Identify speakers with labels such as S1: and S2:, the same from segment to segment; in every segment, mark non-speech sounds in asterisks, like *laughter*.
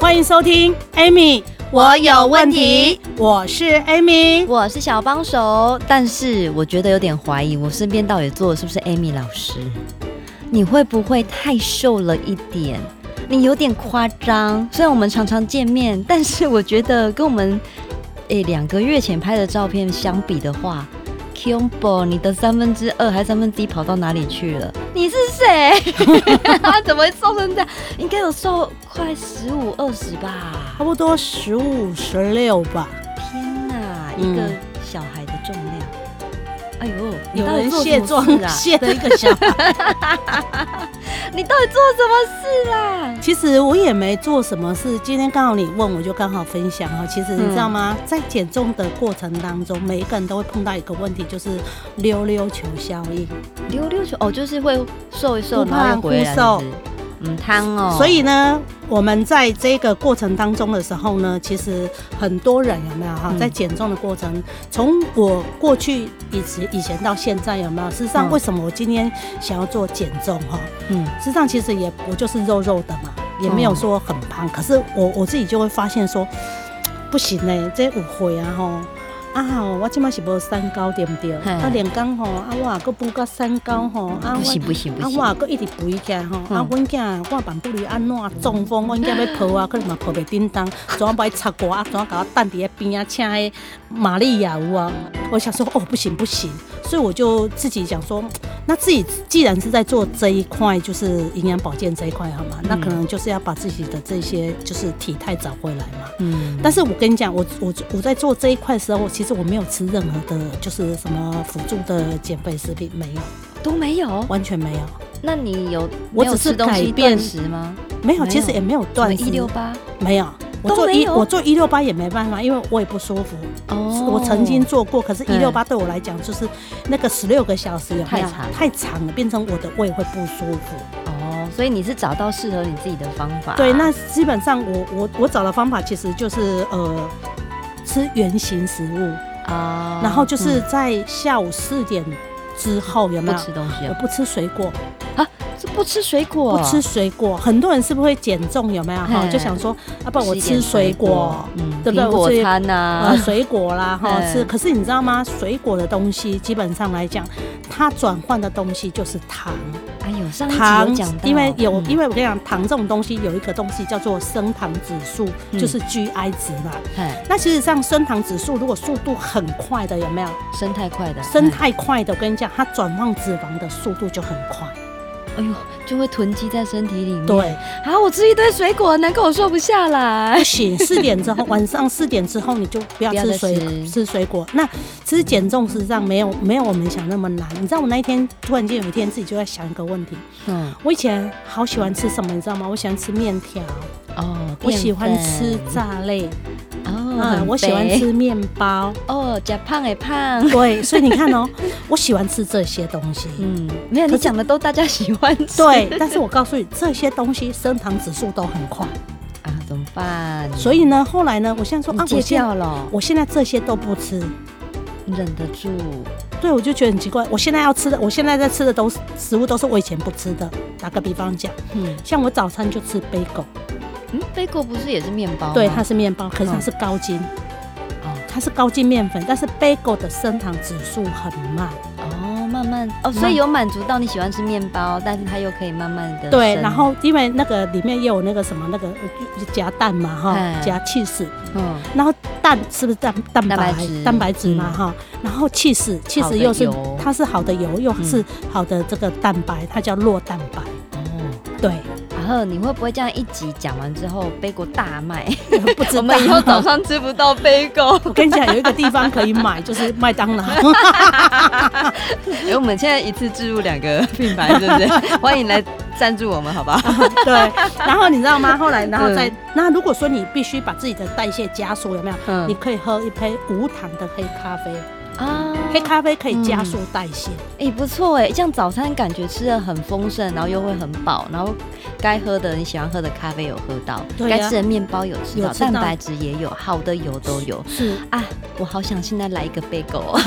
S1: 欢迎收听 Amy，
S2: 我有问题，
S1: 我是 Amy。
S2: 我是小帮手，但是我觉得有点怀疑，我身边到底坐的是不是 Amy 老师？你会不会太瘦了一点？你有点夸张。虽然我们常常见面，但是我觉得跟我们诶两个月前拍的照片相比的话 k i m b o 你的三分之二还三分之一跑到哪里去了？你是谁？ *laughs* 怎么会瘦成这样？应该有瘦快十五二十吧
S1: 差。不多十五、十六吧，
S2: 天哪，
S1: 嗯
S2: 一个小孩的重量，哎呦，你
S1: 有
S2: 到底
S1: 人
S2: 做
S1: 卸
S2: 什
S1: 妆
S2: 么事啊？
S1: *laughs* 卸的一个小
S2: *laughs*
S1: 孩。
S2: 你到底做什么事啦？
S1: 其实我也没做什么事，今天刚好你问，我就刚好分享哈。其实你知道吗？
S2: 嗯
S1: 在减重的过程当中，每一个人都会碰到一个问题，就是溜溜球效应。
S2: 溜溜球哦，就是会瘦一瘦，
S1: 忽
S2: 然后
S1: 胖
S2: 又回来
S1: 忽
S2: 这样
S1: 瘦
S2: 子，嗯，汤哦，
S1: 所以呢，我们在这个过程当中的时候呢，其实很多人有没有哈，
S2: 嗯
S1: 在减重的过程，从我过去以前以前到现在有没有？事实上，
S2: 嗯
S1: 为什么我今天想要做减重哈？
S2: 嗯，
S1: 事实上，其实也我就是肉肉的嘛，也没有说很
S2: 嗯
S1: 胖，可是我我自己就会发现说，不行嘞、这有悔啊吼。啊吼，我即马是无三高对不对？
S2: 嘿
S1: 啊，连讲吼，啊我啊个补到三高吼，啊
S2: 不
S1: 我
S2: 行不行不
S1: 啊，
S2: 行，
S1: 我啊，搁一直肥起来吼，啊
S2: 嗯，
S1: 阮囝我万不如安怎中风，阮囝要抱啊，可能嘛抱袂叮当， *laughs* 怎啊爱插我啊，怎啊甲我等伫个边啊，请迄玛丽亚有啊，我想说哦不行不行，所以我就自己想说，那自己既然是在做这一块，就是营养保健这一块好吗？那可能就是要把自己的这些就是体态找回来嘛。
S2: 嗯，
S1: 但是我跟你讲，我我我在做这一块的时候，其实我没有吃任何的，就是什么辅助的减肥食品，没有，
S2: 都没有。
S1: 完全没有。
S2: 那你有
S1: 我
S2: 没有
S1: 只是
S2: 吃东
S1: 改
S2: 西
S1: 变
S2: 断食吗？
S1: 没有，
S2: 没有
S1: 其实也没有断食
S2: 一六八
S1: 没有。我
S2: 都
S1: 做
S2: 没
S1: 一
S2: 有
S1: 我做一六八也没办法，因为我也不舒服。
S2: 哦
S1: 我曾经做过，可是一
S2: 嗯
S1: 六八对我来讲就是那个十六个小时有没
S2: 太
S1: 有
S2: 长
S1: 太长了，变成我的胃会不舒服。
S2: 哦，所以你是找到适合你自己的方法。
S1: 对，那基本上我我我找的方法其实就是呃吃原形食物，
S2: 啊，
S1: 然后就是
S2: 嗯
S1: 在下午四点之后有没
S2: 不
S1: 有？
S2: 吃东西
S1: 我
S2: 啊，
S1: 不吃水果，
S2: 是不吃水果，
S1: 不吃水果，很多人是不是会减重？有没有哈？
S2: 嘿
S1: 就想说，啊要不然我
S2: 一点
S1: 吃水果，，
S2: 嗯，
S1: 对不对
S2: 苹
S1: 我
S2: 果
S1: 自己
S2: 餐啊
S1: 呃，
S2: *laughs* 呐，
S1: 水果啦，哈，
S2: 嗯
S1: 吃。可是你知道吗？水果的东西基本上来讲，它转换的东西就是糖，
S2: 哎呦，上一集有
S1: 糖
S2: 讲到，，
S1: 因为有，
S2: 嗯
S1: 因为我跟你讲，糖这种东西有一个东西叫做升糖指数，
S2: 嗯
S1: 就是 GI 值嘛。
S2: 嗨
S1: 那其实上升糖指数如果速度很快的，有没有
S2: 生态快的
S1: 升
S2: 嗨
S1: 太快的？我跟你讲，它转换脂肪的速度就很快。
S2: 哎呦，就会囤积在身体里面。
S1: 对，
S2: 啊，我吃一堆水果，难怪我瘦不下
S1: *laughs*
S2: 来
S1: 不。行，四点之后，晚上四点之后你就不要
S2: 不要
S1: 吃
S2: 再
S1: 水
S2: 吃
S1: 吃水果。那其实减重实际上没有没有我们想那么难。你知道我那一天突然间有一天自己就在想一个问题，
S2: 嗯，
S1: 我以前好喜欢吃什么，你知道吗？我喜欢吃面条，
S2: 哦，
S1: 我喜欢
S2: 淀
S1: 吃
S2: 粉
S1: 炸类，
S2: 哦，
S1: 啊，
S2: 很
S1: 我喜欢
S2: 肥
S1: 吃面
S2: *laughs*
S1: 包。
S2: 哦，假胖
S1: *laughs*
S2: 哎胖。
S1: 对，所以你看哦，我喜欢吃这些东西。
S2: 嗯，没有，
S1: 可
S2: 你
S1: 是
S2: 讲的都大家喜欢吃。
S1: 对，但是我告诉你，这些东西升糖指数都很快，
S2: 啊，怎么办？
S1: 所以呢，后来呢，我现在说
S2: 你
S1: 啊，我
S2: 戒
S1: 现在
S2: 掉了，
S1: 我现在这些都不吃，
S2: 你忍得住。
S1: 对，我就觉得很奇怪。我现在要吃的，我现在在吃的都是食物，都是我以前不吃的。打个比方讲，
S2: 嗯
S1: 像我早餐就吃 bagel，
S2: 嗯，贝果不是也是面包吗？
S1: 对，它是面包，可是它
S2: 嗯
S1: 是高筋，
S2: 哦
S1: 它是高筋面粉，但是 bagel 的升糖指数很慢，
S2: 哦，慢慢哦，所以有满足到你喜欢吃面包，但是它又可以慢慢的
S1: 对。然后因为那个里面也有那个什么那个呃夹蛋嘛哈，
S2: 嗯
S1: 夹 cheese，
S2: 嗯，
S1: 然后蛋是不是蛋蛋
S2: 蛋
S1: 白
S2: 白质嗯
S1: 蛋白质嘛哈，然后 cheese cheese
S2: 好的
S1: 又是
S2: 油嗯
S1: 它是好的油，又是好的这个蛋白，它叫酪蛋白，
S2: 哦， *laughs*
S1: 对，
S2: 然后你会不会这样一集讲完之后，贝果大 *laughs* 卖？
S1: 不知道
S2: 我们以后早上吃不到贝 *laughs* 果，
S1: 我跟你讲，有一个地方可以买，就是麦当
S2: *laughs*
S1: 劳。
S2: 哎 *laughs* 因为我们现在一次置入两个品牌，对不对？欢迎来赞助我们好不好？
S1: 对，然后你知道吗？后来，然后再，那如果说你必须把自己的代谢加速，有没有？
S2: 嗯
S1: 你可以喝一杯无糖的黑咖啡，
S2: 啊，
S1: 黑咖啡可以加速代谢。
S2: 哎、不错哎，这样早餐感觉吃的很丰盛，然后又会很饱，然后该喝的你喜欢喝的咖啡有喝到，
S1: 对啊
S2: 该吃的面包有吃到，
S1: 有吃到
S2: 蛋白质也有，好的油都有
S1: 是，
S2: 啊！我好想现在来一个 bagel 哦。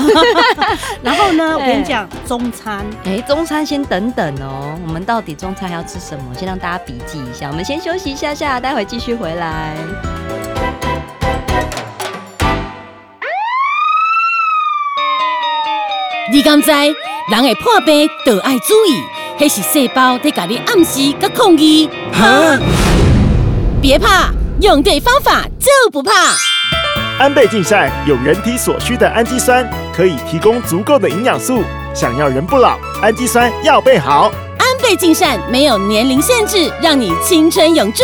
S1: 然后呢，我跟你
S2: 对
S1: 讲，中餐
S2: 哎，中餐先等等哦，我们到底中餐还要吃什么？先让大家笔记一下。我们先休息一下下，待会继续回来。
S3: 你敢知人会破病，就爱注意，那是细胞在甲你暗示甲抗议。别怕，用对方法就不怕。
S4: 安倍晋善有人体所需的氨基酸，可以提供足够的营养素。想要人不老，氨基酸要备好。
S3: 安倍晋善没有年龄限制，让你青春永驻。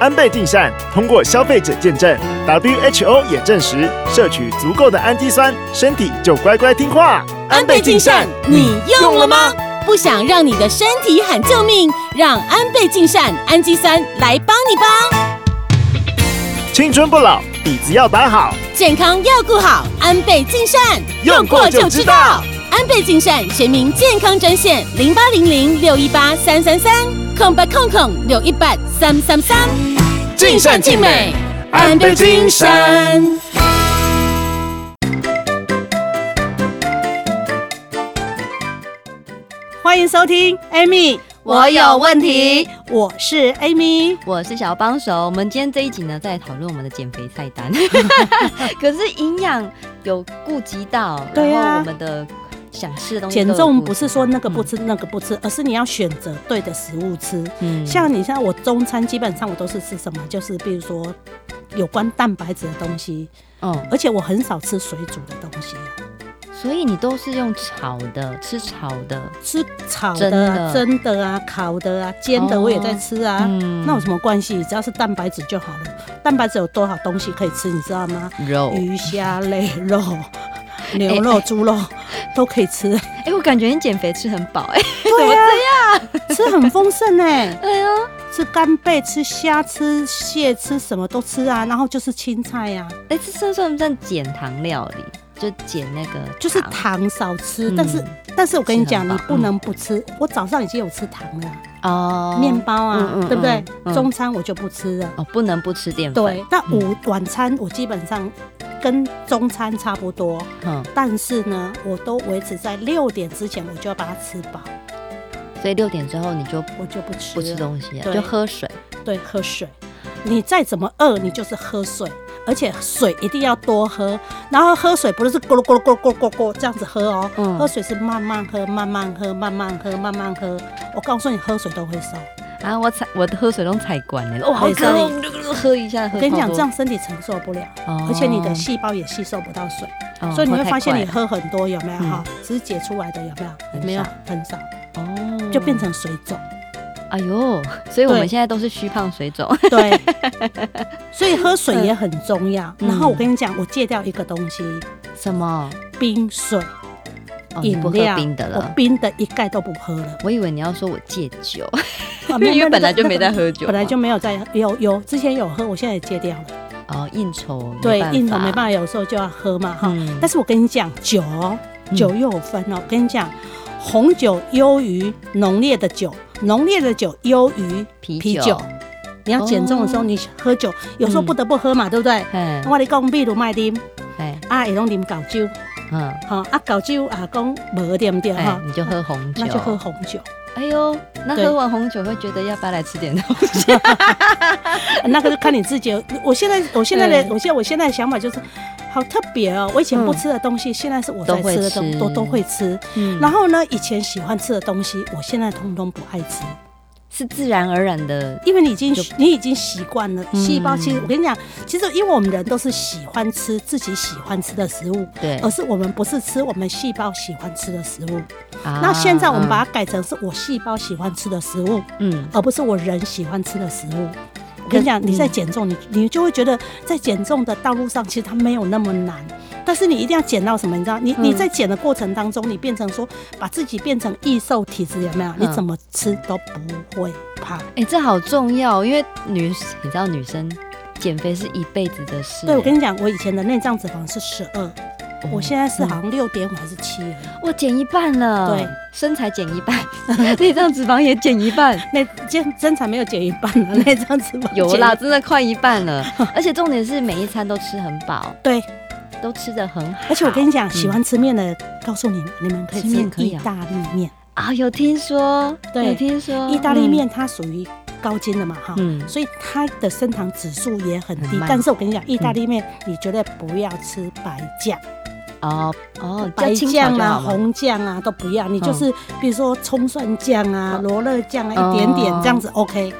S4: 安倍晋善通过消费者见证，WHO 也证实，摄取足够的氨基酸，身体就乖乖听话。
S3: 安倍晋善，你用了吗？不想让你的身体喊救命，让安倍晋善氨基酸来帮你吧。
S4: 青春不老，底子要打好。
S3: 健康要顾好，安倍晋善
S4: 用过就知道。
S3: 安倍晋善全民健康专线零八零零六一八三三三空八空空六一八三三三，
S4: 尽善尽美，安倍晋善。
S1: 欢迎收听 Amy，
S2: 我有问题，
S1: 我是 Amy。
S2: 我是小帮手。我们今天这一集呢，在讨论我们的减肥菜
S1: *laughs*
S2: 单，可是营养有顾及到，
S1: 对啊
S2: 然后我们的想吃的东西
S1: 减
S2: 都有
S1: 重
S2: 顾及
S1: 不是说那个不吃那个不吃，而是你要选择对的食物吃。
S2: 嗯
S1: 像你像我中餐基本上我都是吃什么，就是比如说有关蛋白质的东西，
S2: 哦，
S1: 而且我很少吃水煮的东西，
S2: 所以你都是用炒的，吃炒的，
S1: 吃炒的啊、
S2: 真
S1: 蒸的啊、烤的啊、煎的
S2: 哦
S1: 我也在吃啊。
S2: 嗯
S1: 那有什么关系？只要是蛋白质就好了。蛋白质有多少东西可以吃，你知道吗？
S2: 肉。
S1: 鱼、虾类、
S2: *laughs*
S1: 肉、牛肉、猪肉都可以吃，
S2: 哎、我感觉你减肥吃很饱哎、
S1: 对呀，吃很丰盛哎。
S2: 哎呀，
S1: 吃干贝、吃虾、吃蟹、吃什么都吃啊，然后就是青菜呀、啊，
S2: 哎、这算算不算减糖料理？就减那个
S1: 就是
S2: 糖
S1: 糖少吃。
S2: 嗯
S1: 但是，但是我跟你讲，
S2: 是
S1: 你
S2: 很棒
S1: 不能不吃。我早上已经有吃糖了啊，
S2: 哦，
S1: 面包啊，
S2: 嗯嗯
S1: 对不对
S2: 嗯？嗯
S1: 中餐我就不吃了。
S2: 哦，不能不吃淀粉。
S1: 对，那午晚餐我基本上跟中餐差不多，
S2: 嗯，
S1: 但是呢，我都维持在六点之前，我就要把它吃饱，
S2: 所以六点之后你就
S1: 我就不吃
S2: 不吃
S1: 了
S2: 东西了，
S1: 对
S2: 就喝水。
S1: 对，喝水。你再怎么饿，你就是喝水，而且水一定要多喝。然后喝水不是咕噜咕噜咕噜咕噜咕噜咕噜这样子喝哦，
S2: 嗯
S1: 喝水是慢慢喝，慢慢喝，慢慢喝，慢慢喝。我告诉你，喝水都会瘦。
S2: 啊，我踩我的喝水都踩管了，哇，好
S1: 没
S2: 渴
S1: 错
S2: 哦，我就喝一下，喝
S1: 我跟你讲，
S2: 超多
S1: 这样，身体承受不了，
S2: 哦
S1: 而且你的细胞也吸收不到水，
S2: 哦
S1: 所以你会
S2: 太
S1: 发现
S2: 快
S1: 你喝很多有没有
S2: 嗯
S1: 哈？只是解出来的有没有？
S2: 很
S1: 没有
S2: 少，
S1: 很少，
S2: 哦，
S1: 就变成水肿。
S2: 哎呦，所以我
S1: 对
S2: 们现在都是虚胖水肿， *laughs*
S1: 对，所以喝水也很重要。
S2: 嗯
S1: 然后我跟你讲，我戒掉一个东西，
S2: 什么？
S1: 冰水。
S2: 哦，你
S1: 饮
S2: 不喝
S1: 料，
S2: 冰的
S1: 我
S2: 了。，
S1: 冰的一概都不喝了
S2: 我以为你要说我戒酒， *laughs*
S1: 啊
S2: 因为本来就没在喝酒嘛，
S1: 本来就没有在有有之前有喝，我现在也戒掉了。
S2: 哦应酬，
S1: 对，应酬没办
S2: 法，
S1: 法，有时候就要喝嘛哈。
S2: 嗯
S1: 但是我跟你讲，酒哦
S2: 嗯
S1: 酒又有分哦，我跟你讲，红酒优于浓烈的酒，浓烈的酒优于
S2: 啤
S1: 啤
S2: 酒
S1: 酒。你要减重的时候，
S2: 哦
S1: 你喝酒有时候
S2: 嗯
S1: 不得不喝嘛，对不对？
S2: 嗯，
S1: 我跟你讲，比如卖啉，
S2: 哎，
S1: 啊，也拢啉高酒，
S2: 嗯，
S1: 哈，啊，高酒啊，讲无对不对
S2: 哎
S1: 哈，？
S2: 你就喝红酒，
S1: 那就喝红酒。
S2: 哎呦，那
S1: 对
S2: 喝完红酒会觉得要不要来吃点东西？
S1: 那个就看你自己。我现在，我现在的
S2: 对，
S1: 我现在我现在的想法就是，好特别哦！我以前不
S2: 嗯
S1: 吃的东西，现在是我在
S2: 都会
S1: 吃的东
S2: 吃
S1: 都都会吃。
S2: *laughs* 嗯
S1: 然后呢，以前喜欢吃的东西，我现在通通不爱吃，
S2: 是自然而然的，
S1: 因为你已经
S2: 就
S1: 你已经习惯了。
S2: 嗯
S1: 细胞其实我跟你讲，其实因为我们人都是喜欢吃自己喜欢吃的食物，
S2: 对
S1: 而。是我们不是吃我们细胞喜欢吃的食物。
S2: 那
S1: 那现在我们把它改成是我细胞喜欢吃的食物，
S2: 嗯，
S1: 而不是我人喜欢吃的食物。我跟你讲，你在减重，你你就会觉得在减重的道路上，其实它没有那么难。但是你一定要减到什么？你知道，你
S2: 嗯
S1: 你在减的过程当中，你变成说把自己变成易瘦体质，有没有？
S2: 嗯
S1: 你怎么吃都不会胖。
S2: 哎、这好重要，因为女，你知道女生减肥是一辈子的事。
S1: 对，我跟
S2: 你，
S1: 你讲，我以前的内脏脂肪是十二，
S2: 嗯
S1: 我现在是好像六点五还是七而已。
S2: 哦我减一半了，
S1: 对，
S2: 身材减一半， *laughs* 内脏脂肪也减一
S1: *laughs*
S2: 半，
S1: 那身身材没有减一半啊， *laughs* 内脏脂肪
S2: 有
S1: 减一
S2: 啦，。真的快一半
S1: *laughs*
S2: 了。而且重点是每一餐都吃很饱，
S1: 对，
S2: 都吃的很好。
S1: 而且我跟你讲，喜
S2: 嗯
S1: 欢吃面的，告诉你们，你们可以
S2: 吃面可
S1: 吃
S2: 以
S1: 意
S2: 啊
S1: 大利面。
S2: 啊，有听说，
S1: 对
S2: 有听说
S1: 意大利，面它属于高筋的嘛，哈。
S2: 嗯，嗯
S1: 所以它的升糖指数也很
S2: 很
S1: 低
S2: 慢，嗯
S1: 但是我跟你讲，意大利面你绝对不要吃白酱，
S2: 哦哦，
S1: 白
S2: 就清炒
S1: 酱
S2: 就
S1: 啊、
S2: 好了。嗯
S1: 红酱啊都不要，你就是比如说葱蒜酱啊、罗勒酱啊
S2: 哦
S1: 一点点这样子 OK。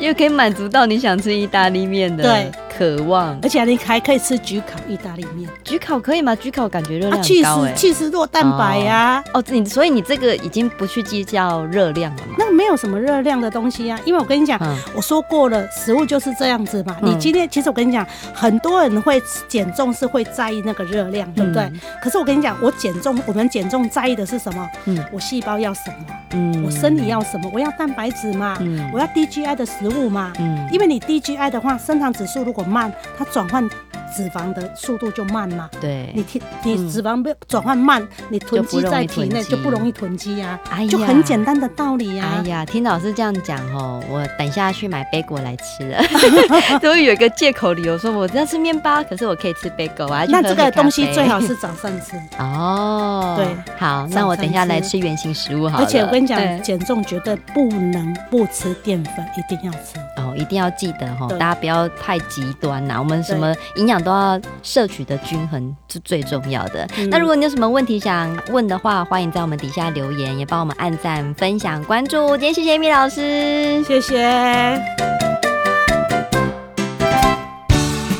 S2: 因为可以满足到你想吃意大利面的
S1: 对哎
S2: 渴望。
S1: 而且你还可以吃焗烤意大利面
S2: 焗烤可以吗？焗烤感觉热量
S1: 啊，
S2: 很
S1: 去
S2: 高哎、
S1: 丝去丝弱蛋白啊呀，
S2: 哦，你所以你这个已经不去计较热量了嘛？
S1: 那个没有什么热量的东西呀，因为我跟你讲。
S2: 嗯，
S1: 我说过了，食物就是这样子嘛。
S2: 嗯
S1: 你今天其实我跟你讲，很多人会减重是会在意那个热量，对不对？
S2: 嗯
S1: 可是我跟你讲，我减重，我们减重在意的是什么？
S2: 嗯
S1: 我细胞要什么？
S2: 嗯
S1: 我身体，要什么？我要蛋白质嘛？
S2: 嗯
S1: 我要 DGI 的食物嘛？
S2: 嗯
S1: 因为你 DGI 的话，升糖指数如果慢，它转换脂肪的速度就慢嘛。
S2: 对，嗯
S1: 你体你脂肪被转换慢，你囤积
S2: 就不容
S1: 在
S2: 易
S1: 体
S2: 囤
S1: 内
S2: 积
S1: 就不容易囤积呀、
S2: 哎呀
S1: 就很简单的道理啊呀、
S2: 哎呀，听老师这样讲哦，我等一下去买贝果来吃
S1: *laughs*
S2: 了， *laughs* 终于有一个借口理由说我要吃面包，可是我可以吃贝果，我要去
S1: 那
S2: 哎喝
S1: 这
S2: 黑
S1: 个
S2: 咖
S1: 东西
S2: 啡
S1: 最好是早上吃，
S2: *laughs* 哦，
S1: 对，
S2: 好，那我等一下来吃原型食物好了。
S1: 而且我跟你
S2: 对
S1: 讲，减重绝对不能不吃淀粉，一定要吃。
S2: 哦，一定要记得哈，
S1: 对
S2: 大家不要太极端呐。我们什么营养都要摄取的均衡是最重要的。
S1: 嗯
S2: 那如果你有什么问题想问的话，欢迎在我们底下留言，也帮我们按赞、分享、关注。今天谢谢米老师。
S1: 谢谢。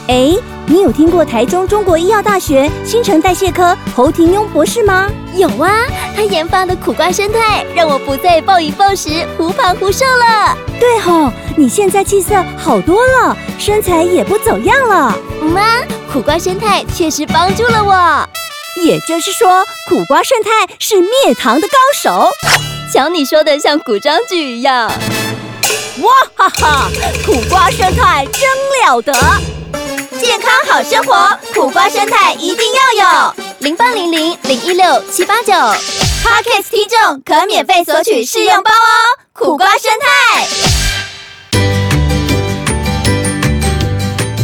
S5: 哎，你有听过台中中国医药大学新陈代谢科侯廷庸博士吗？有啊，他研发的苦瓜生态让我不再暴饮暴食、忽胖忽瘦了。对吼、你现在气色好多了，身材也不走样了。嗯啊，苦瓜生态确实帮助了我。也就是说，苦瓜生态是灭糖的高手。瞧你说的像古装剧一样。哇哈哈，苦瓜生态真了得！健康好生活，苦瓜生态一定要有。零八零零零一六七八九 p a r k e s 听众可免费索取试用包哦。苦瓜生态。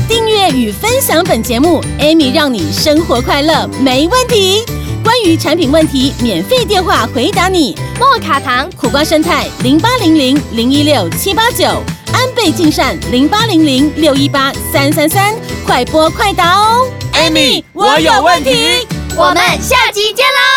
S3: 订阅与分享本节目，Amy 让你生活快乐没问题。关于产品问题，免费电话回答你。莫卡糖苦瓜生态零八零零零一六七八九，安倍晋善零八零零六一八三三三，快播快答哦。Amy，
S6: 我有问题。
S5: 我们下集见喽。